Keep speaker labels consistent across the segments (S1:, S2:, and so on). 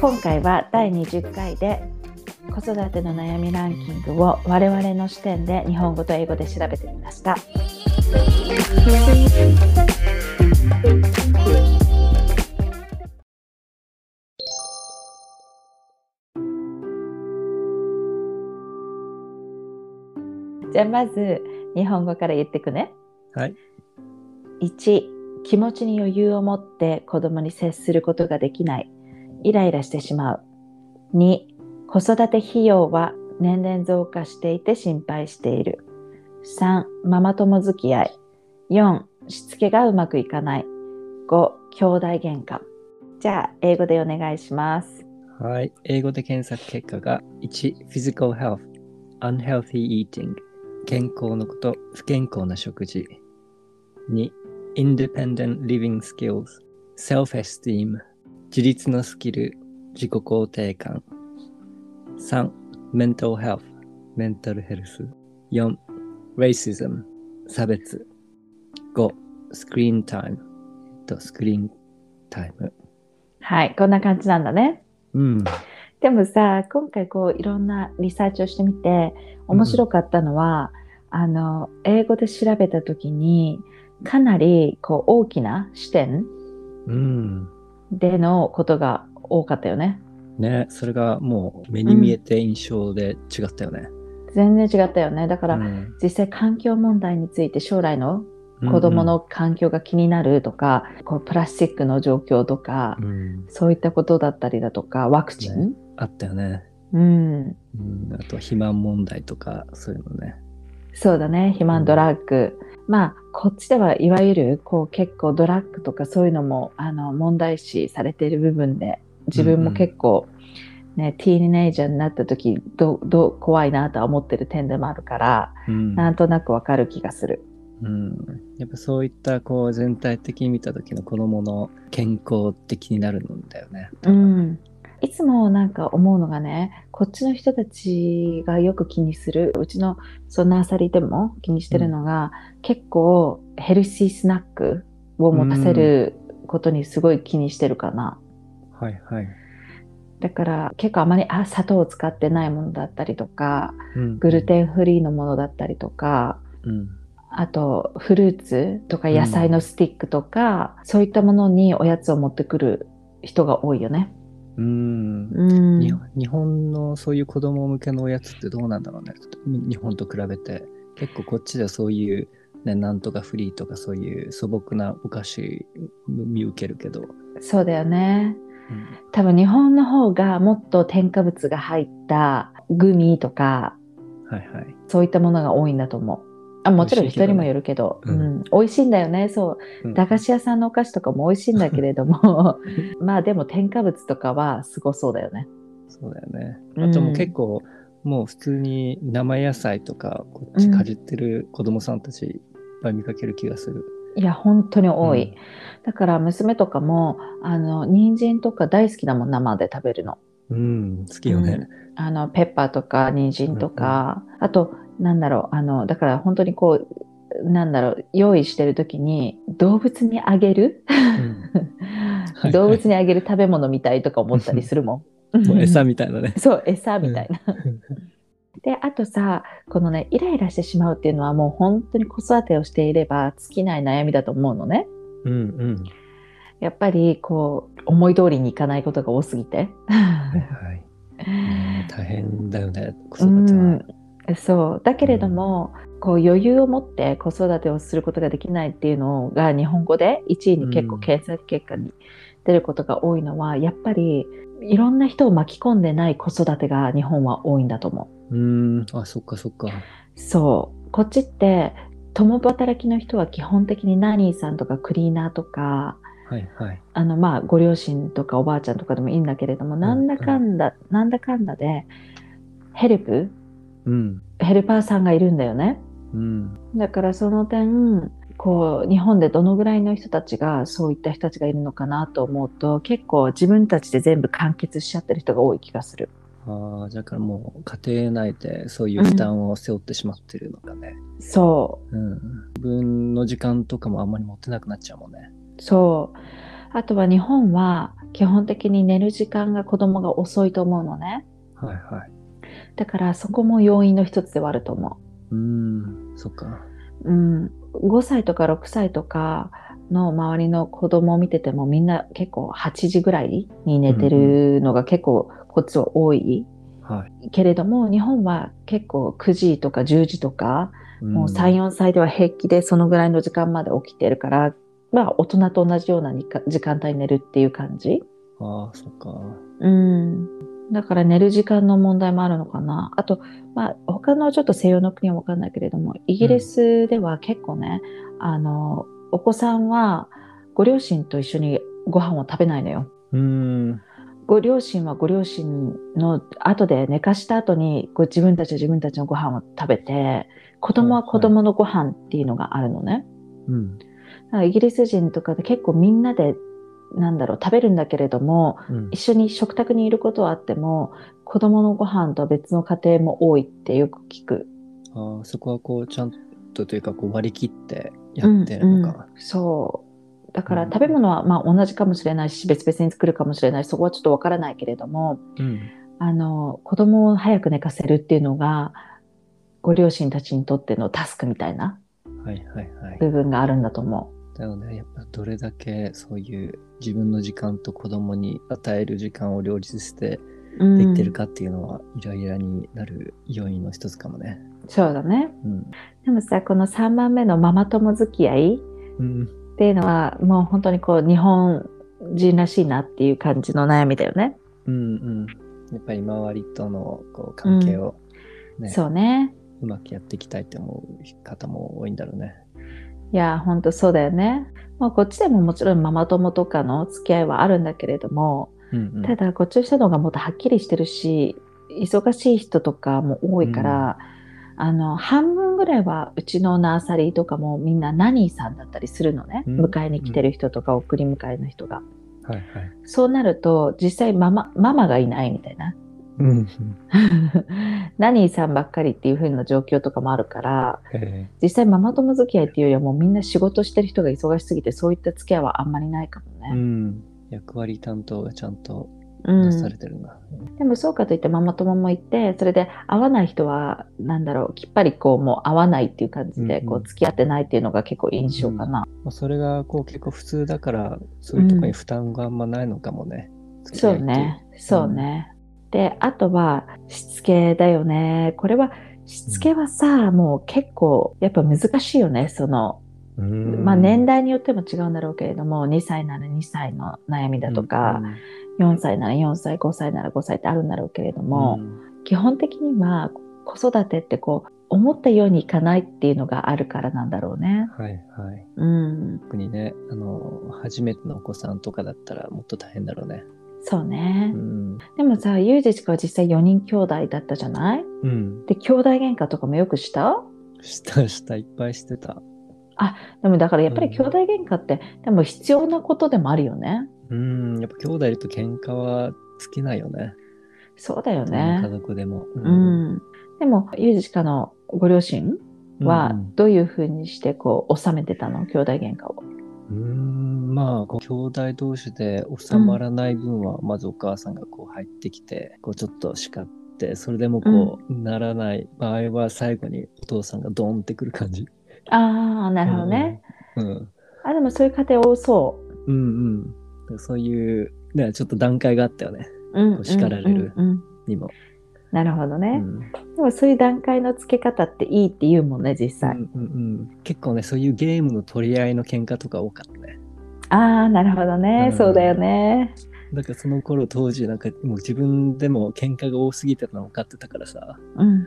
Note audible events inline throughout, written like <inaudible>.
S1: 今回は第20回で子育ての悩みランキングを我々の視点で日本語と英語で調べてみましたじゃあまず日本語から言ってくね
S2: はい
S1: 1気持ちに余裕を持って子供に接することができないイライラしてしまう2子育て費用は年々増加していて心配している3ママ友付き合い4しつけがうまくいかない5兄弟喧嘩じゃあ英語でお願いします
S2: はい。英語で検索結果が1、physical health, unhealthy eating, 健康のこと、不健康な食事。2、independent living skills, self-esteem, 自立のスキル、自己肯定感。3、mental health, メンタルヘルス。4、racism, 差別。5、screen time, えっとスクリーンタイム。
S1: はいこんな感じなんだね
S2: うん。
S1: でもさ今回こういろんなリサーチをしてみて面白かったのは、あの英語で調べた時にかなりこう大きな視点
S2: うん。
S1: でのことが多かったよね。
S2: ね、それがもう目に見えて印象で違ったよね。
S1: 全然違ったよね。だから、
S2: うん
S1: 実際環境問題について将来の子供の環境が気になるとか、こうプラスチックの状況とか、
S2: うんうん
S1: そういったことだったりだとかワクチン、
S2: あったよね、
S1: うん
S2: うん。あと肥満問題とかそういうのね。
S1: そうだね肥満ドラッグ、まあこっちではいわゆるこう結構ドラッグとかそういうのもあの問題視されている部分で自分も結構、ねティーンエイジャーになった時どどう怖いなとは思ってる点でもあるから、
S2: うん
S1: なんとなくわかる気がする。
S2: うん、やっぱそういったこう全体的に見た時の子供の健康って気になるんだよね。
S1: うんいつもなんか思うのがねこっちの人たちがよく気にするうちのそのナーサリーでも気にしてるのが、結構ヘルシースナックを持たせることにすごい気にしてるかな。
S2: はいはい。
S1: だから結構あまりあ砂糖を使ってないものだったりとか
S2: うん
S1: グルテンフリーのものだったりとか
S2: うん
S1: あとフルーツとか野菜のスティックとか、そういったものにおやつを持ってくる人が多いよね。
S2: うん
S1: うん
S2: 日本日本のそういう子供向けのおやつってどうなんだろうねに日本と比べて結構こっちではそういう、ね、なんとかフリーとかそういう素朴なお菓子見受けるけど、
S1: そうだよね
S2: うん
S1: 多分日本の方がもっと添加物が入ったグミとか
S2: はいはい
S1: そういったものが多いんだと思うあもちろん
S2: 美味しい
S1: 人
S2: けどね
S1: にもよるけど
S2: うん
S1: うん美味しいんだよねそう
S2: うん
S1: 駄菓子屋さんのお菓子とかも美味しいんだけれど
S2: <laughs>
S1: もまあでも添加物とかはすごそうだよね
S2: そうだよね
S1: うん
S2: あともう結構、もう普通に生野菜とかこっちかじってる子供さんたちいっぱい見かける気がする、
S1: いや本当に多い、
S2: うん
S1: だから娘とかもあの人参とか大好きだもん生で食べるの
S2: うん、好きよね、
S1: あのペッパーとか人参とか、あとなんだろうあのだから本当にこうなんだろう用意してる時に動物にあげる、
S2: はい
S1: 動物にあげる食べ物みたいとか思ったりするもん。
S2: <laughs> もう餌みたいなね
S1: そう餌みたいな。 <laughs> であとさこのねイライラしてしまうっていうのはもう本当に子育てをしていれば尽きない悩みだと思うのね。
S2: うんうん
S1: やっぱりこう思い通りにいかないことが多すぎ
S2: <laughs>
S1: て。
S2: はいはいうん大変だよね子
S1: う
S2: 育ては、
S1: ん、そうだけれども、こう余裕を持って子育てをすることができないっていうのが日本語で1位に結構
S2: うん
S1: 検索結果に出ることが多いのは、やっぱりいろんな人を巻き込んでない子育てが日本は多いんだと思
S2: うーん、あ、そっかそっか。
S1: う。そうこっちって共働きの人は基本的にナニーさんとかクリーナーとか
S2: はいはい。
S1: あのまあご両親とかおばあちゃんとかでもいいんだけれどもなんだかんだ、なんだかんだでヘルプ
S2: うん。
S1: ヘルパーさんがいるんだよね。
S2: うん。
S1: だからその点こう日本でどのぐらいの人たちがそういった人たちがいるのかなと思うと結構自分たちで全部完結しちゃってる人が多い気がする
S2: ああ、だからもう家庭内でそういう負担を背負ってしまってるのかね。
S1: そ
S2: うん。自分の時間とかもあんまり持ってなくなっちゃうもんね。
S1: うそうあとは日本は基本的に寝る時間が子供が遅いと思うのね。
S2: はいはい。
S1: だからそこも要因の一つではあると思
S2: うーん、そっか。
S1: う。うん、5歳とか6歳とかの周りの子供を見ててもみんな結構8時ぐらいに寝てるのが結構こっちは多い
S2: はい。
S1: けれども日本は結構9時とか10時とかもう3、4歳では平気でそのぐらいの時間まで起きてるから、まあ、大人と同じようなにか時間帯に寝るっていう感じ。
S2: うんああ、そっか。
S1: うん、だから寝る時間の問題もあるのかな。あと、まあ、他のちょっと西洋の国は分かんないけれどもイギリスでは結構ね、あのお子さんはご両親と一緒にご飯を食べないのよ。
S2: うーん。
S1: ご両親はご両親の後で寝かした後にご自分たちは自分たちのご飯を食べて子供は子供のご飯っていうのがあるのね。
S2: うん。
S1: だからイギリス人とかで結構みんなでなんだろう食べるんだけれども
S2: うん
S1: 一緒に食卓にいることはあっても子供のご飯とは別の家庭も多いってよく聞く。
S2: ああ、そこはこう、ちゃんとというか、こう割り切ってやってるのか。
S1: うんうんそうだから
S2: うん
S1: 食べ物はまあ同じかもしれないし別々に作るかもしれないしそこはちょっとわからないけれども
S2: うん。
S1: あの子供を早く寝かせるっていうのがご両親たちにとってのタスクみたいな
S2: はいはいはい。
S1: 部分があるんだと思
S2: だよね、やっぱどれだけそういう自分の時間と子供に与える時間を両立して
S1: う。うん
S2: できてるかっていうのは、イライラになる要因の一つかもね。
S1: そうだね
S2: うん。
S1: でもさこの3番目のママ友付き合い
S2: うん。
S1: っていうのはもう本当にこう日本人らしいなっていう感じの悩みだよね。
S2: うんうん。やっぱり周りとのこう関係を、ね
S1: そうね。
S2: うまくやっていきたいって思う方も多いんだろうね。
S1: いや本当そうだよね。まあ、こっちでももちろんママ友とかの付き合いはあるんだけれども
S2: うん、うん。
S1: ただこっちの人の方がもっとはっきりしてるし忙しい人とかも多いから、あの半分ぐらいはうちのナーサリーとかもみんなナニーさんだったりするのね、
S2: うん
S1: 迎えに来てる人とか送り迎えの人が。
S2: はいはい。
S1: そうなると実際ママママがいないみたいな。 <laughs>
S2: うんうん。
S1: ナニーさんばっかりっていう風な状況とかもあるから
S2: え
S1: 実際ママ友付き合いっていうよりはもうみんな仕事してる人が忙しすぎてそういった付き合いはあんまりないかも
S2: えう
S1: ね、
S2: ん。役割担当がちゃんと
S1: うん
S2: 出されてるな。
S1: でもそうかといってママ友もいてそれで会わない人はなんだろうきっぱりこうもう会わないっていう感じで
S2: うん
S1: こう付き合ってないっていうのが結構印象かな、
S2: まあ、それがこう結構普通だから、そういうところに負担があんまないのかもね。付き合
S1: そ
S2: いうってい
S1: ねそうね、であとはしつけだよねこれはしつけはさ、もう結構やっぱ難しいよねその
S2: うん
S1: まあ、年代によっても違うんだろうけれども2歳なら2歳の悩みだとか、、4歳なら4歳5歳なら5歳ってあるんだろうけれど
S2: うん
S1: も、基本的には子育てってこう思ったようにいかないっていうのがあるからなんだろうね。
S2: はいはい。
S1: うん、
S2: 特にね、あの、初めてのお子さんとかだったらもっと大変だろうね。
S1: そうね
S2: う、ん。
S1: でもさユージチカは実際4人兄弟だったじゃない
S2: うん。
S1: で兄弟喧嘩とかもよくした
S2: したしたいっぱいしてた。
S1: でもだからやっぱり
S2: うん
S1: 兄弟喧嘩って、でも必要なことでもあるよね。
S2: うん。やっぱ兄弟いると喧嘩は尽きないよね。
S1: そうだよ
S2: 家
S1: ね。
S2: 族でも。
S1: う。
S2: う
S1: ん、でもユージチカのご両親は
S2: うん
S1: どういうふうにしてこう収めてたの兄弟喧嘩を。
S2: うーんまあこう兄弟同士で収まらない分は、まずお母さんがこう入ってきてこうちょっと叱ってそれでもこう、ならない場合は最後にお父さんがドンってくる感じ。
S1: ああなるほどね。
S2: うん、うん
S1: あでもそういう家庭多そ
S2: うんうんそういう、ね、ちょっと段階があったよね
S1: う。うん
S2: こう叱られる
S1: うんうんうん
S2: にも。
S1: なるほど
S2: う
S1: ね、
S2: ん
S1: でもそういう段階のつけ方っていいって言うもんね実際。
S2: うんうんうん結構ねそういうゲームの取り合いの喧嘩とか多かったね。
S1: ああなるほどね、
S2: うん
S1: そうだよね。
S2: だからその頃当時なんかもう自分でも喧嘩が多すぎてたの分かってたからさ。
S1: うん。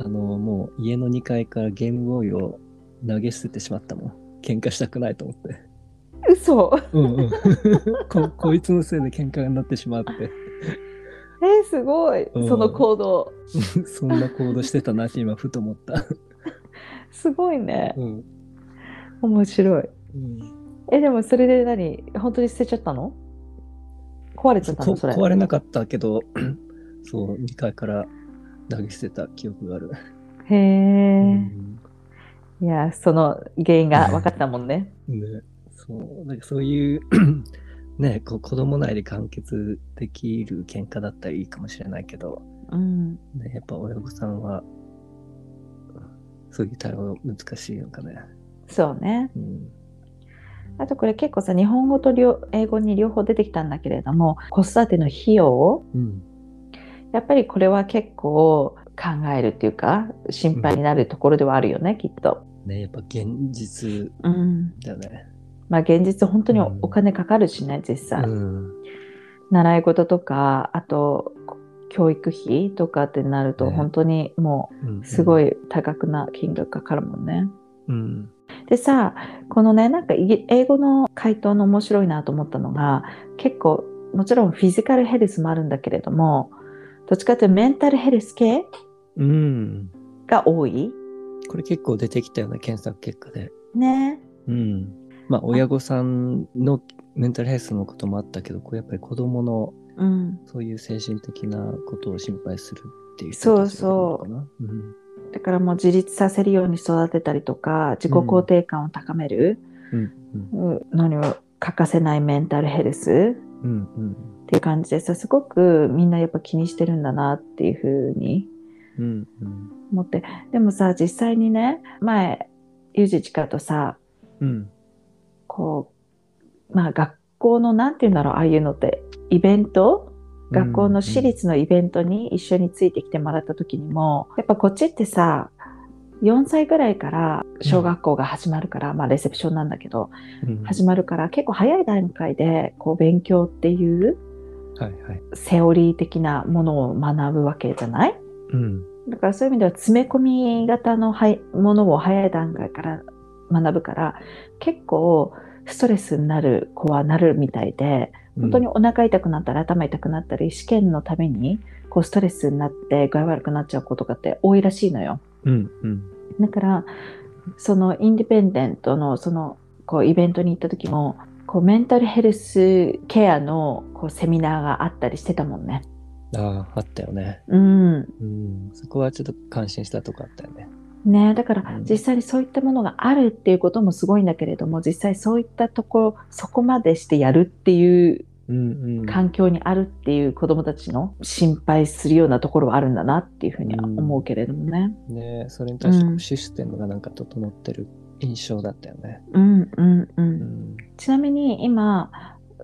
S2: あの、もう家の2階からゲームボーイを投げ捨ててしまったもん。喧嘩したくないと思って。
S1: 嘘。
S2: うんうん。 <laughs> ここいつのせいで喧嘩になってしまって。
S1: えー、すごい、
S2: うん
S1: その行動。
S2: そんな行動してたなって今ふと思った。
S1: すごいね。
S2: うん。
S1: 面白い。
S2: うん、
S1: えでもそれで何本当に捨てちゃったの？壊れちゃった
S2: こ
S1: のそれ。
S2: 壊れなかったけど、 <clears throat> そう、2階から投げ捨てた記憶がある。
S1: へえ、
S2: うん
S1: いやその原因が分かったもんね。
S2: ね、そう、なんかそういう <clears throat> ね、こう子供内で完結できる喧嘩だったらいいかもしれないけど、
S1: うん、
S2: ね、やっぱ親御さんは、そういう対応難しいのかね。
S1: そうね。
S2: うん。
S1: あとこれ結構さ、日本語と両英語に両方出てきたんだけれども、子育ての費用を、
S2: うん。
S1: やっぱりこれは結構考えるっていうか、心配になるところではあるよね、きっと。
S2: ね、やっぱ現実
S1: うん。
S2: だね。
S1: まあ現実本当にお金かかるしね、実際。
S2: うん。
S1: 習い事とか、あと、教育費とかってなると
S2: ね
S1: 本当にも
S2: うん
S1: うすご
S2: い。
S1: い多額な金額かかるもんね。
S2: うん。
S1: でさこのねなんかイギ英語の回答の面白いなと思ったのが結構もちろんフィジカルヘルスもあるんだけれどもどっちかというとメンタルヘルス系
S2: うん。
S1: が多い
S2: これ結構出てきたような検索結果で。
S1: ね
S2: うん。まあ、親御さんのメンタルヘルスのこともあったけど、こうやっぱり子供の
S1: うん
S2: そういう精神的なことを心配するっていう人たちが多いのかな。うん。
S1: だからもう自立させるように育てたりとか自己肯定感を高める
S2: うん。
S1: のには欠かせないメンタルヘルス
S2: うん。うん。
S1: っていう感じでさすごくみんなやっぱ気にしてるんだなっていうふうに
S2: うん。うん。
S1: 思ってでもさ実際にね前ユージチカとさ
S2: うん。
S1: こう、まあ学校の、なんて言うんだろう、ああいうのって、イベント学校の私立のイベントに一緒についてきてもらった時にも、やっぱこっちってさ、4歳ぐらいから小学校が始まるから、まあレセプションなんだけど、
S2: うん。
S1: 始まるから結構早い段階でこう勉強っていう
S2: はいはい。
S1: セオリー的なものを学ぶわけじゃない
S2: うん。
S1: だからそういう意味では詰め込み型のはいものを早い段階から学ぶから結構ストレスになる子はなるみたいで本当にお腹痛くなったり頭痛くなったり試験のためにこうストレスになって具合悪くなっちゃう子とかって多いらしいのよ。
S2: うん。うん。
S1: だからそのインディペンデントのそのこうイベントに行った時もこうメンタルヘルスケアのこうセミナーがあったりしてたもんね。
S2: ああ、あったよね。
S1: うん、
S2: うん。そこはちょっと感心したとこあったよね。
S1: ね、だから
S2: うん
S1: 実際にそういったものがあるっていうこともすごいんだけれども実際そういったとこそこまでしてやるっていう
S2: うん。うん。
S1: 環境にあるっていう子どもたちの心配するようなところはあるんだなっていうふうには
S2: うん
S1: 思うけれどもね。
S2: ねそれに対してこ
S1: う
S2: うんシステムがなんか整ってる印象だったよね。
S1: うんうんう、
S2: うんん。
S1: ちなみに今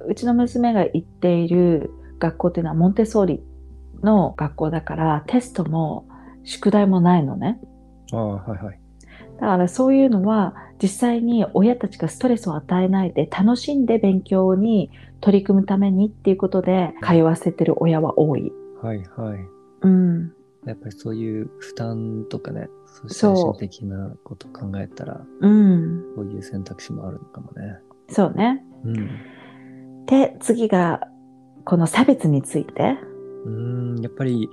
S1: うちの娘が行っている学校っていうのはモンテソーリの学校だからテストも宿題もないのね。
S2: ああ、はいはい。
S1: だからそういうのは実際に親たちがストレスを与えないで楽しんで勉強に取り組むためにっていうことで通わせてる親は多い。
S2: はいはい。
S1: うん、
S2: やっぱりそういう負担とかね、そういう
S1: そう
S2: 精神的なこと考えたら、
S1: うん、
S2: こういう選択肢もあるのかもね。
S1: そうね。で次がこの差別について。
S2: うん。うん、やっぱり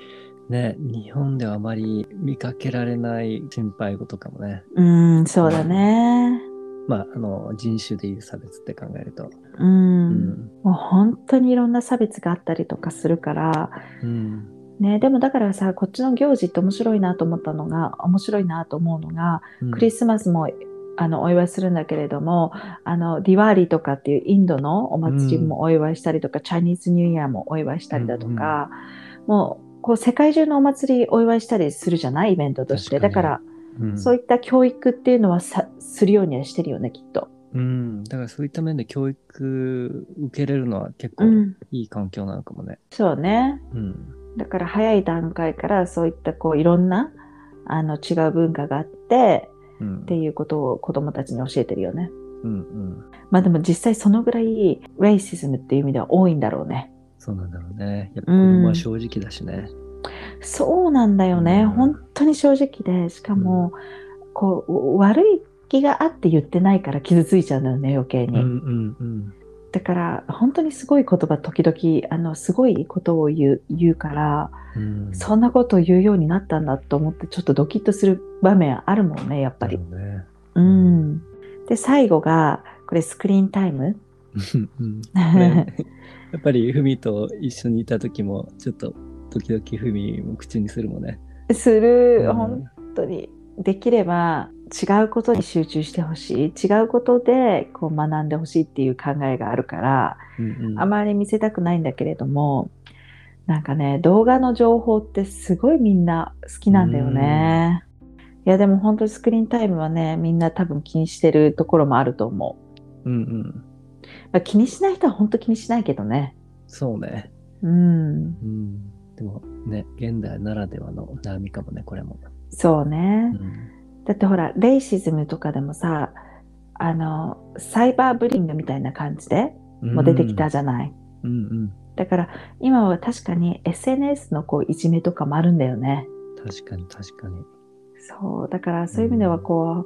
S2: ね、日本ではあまり見かけられない心配事かもね。
S1: うん、そうだね。
S2: まあ、あの、人種でいう差別って考えると。
S1: うん、
S2: うん。
S1: もう本当にいろんな差別があったりとかするから、
S2: うん。
S1: ね、でもだからさこっちの行事って面白いなと思ったのが面白いなと思うのがクリ
S2: ス、
S1: スマスもあのお祝いするんだけれどもあのディワーリーとかっていうインドのお祭りもお祝いしたりとか、チャイニーズニューイヤーもお祝いしたりだとか、もうこう世界中のお祭りお祝いしたりするじゃないイベントとしてだか
S2: 確かに
S1: ら、そういった教育っていうのはさするようにはしてるよねきっと。
S2: うん、だからそういった面で教育受けれるのは結構いい環境なのかもね。
S1: そうね
S2: うん。
S1: だから早い段階からそういったこういろんなあの違う文化があって
S2: うん。
S1: っていうことを子どもたちに教えてるよね。
S2: うんうん。
S1: まあでも実際そのぐらいレイシズムっていう意味では多いんだろうね。
S2: そうなんだろうね。やっぱ子供は正直だしね。
S1: そうなんだよね。
S2: うん
S1: 本当に正直で、しかも、こう、悪い気があって言ってないから傷ついちゃうのよね、余計
S2: うん
S1: に。
S2: うんうん。
S1: だから、本当にすごい言葉、時々、あの、すごいことを言う言うから、
S2: うん、
S1: そんなことを言うようになったんだと思って、ちょっとドキッとする場面あるもんね、やっぱり。
S2: だろうね。
S1: うん。で、最後が、これスクリーンタイム。
S2: うんこ <laughs> れ
S1: <laughs>
S2: やっぱりふみと一緒にいた時もちょっと時々ふみも口にするもんね。
S1: する、
S2: うん
S1: 本当にできれば違うことに集中してほしい違うことでこう学んでほしいっていう考えがあるから
S2: うん
S1: あまり見せたくないんだけれどもなんかね動画の情報ってすごいみんな好きなんだよね。いやでも本当にスクリーンタイムはねみんな多分気にしてるところもあると思
S2: うんうん。
S1: う、まあ、気にしない人は本当気にしないけどね
S2: そうね。
S1: うん
S2: うん。でもね、現代ならではの悩みかもね、これも。
S1: そうね
S2: う、ん。
S1: だってほらレイシズムとかでもさあのサイバーブリングみたいな感じでもう出てきたじゃない、
S2: うんうん。
S1: だから今は確かに SNS のこういじめとかもあるんだよね。
S2: 確かに確かに。
S1: そうだからそういう意味ではこう、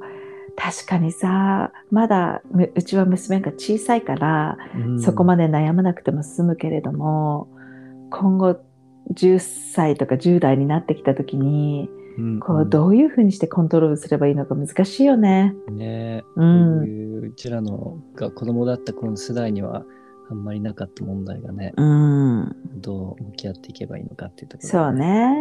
S1: 確かにさまだむうちは娘が小さいから、
S2: うん
S1: そこまで悩まなくても済むけれども今後10歳とか10代になってきた時に
S2: うん
S1: こうどういうふうにしてコントロールすればいいのか難しいよね。
S2: うんね
S1: う、
S2: こうんいううちらのが子供だった頃の世代にはあんまりなかった問題がね、
S1: うん、
S2: どう向き合っていけばいいのかっていうところ、
S1: そう。ね。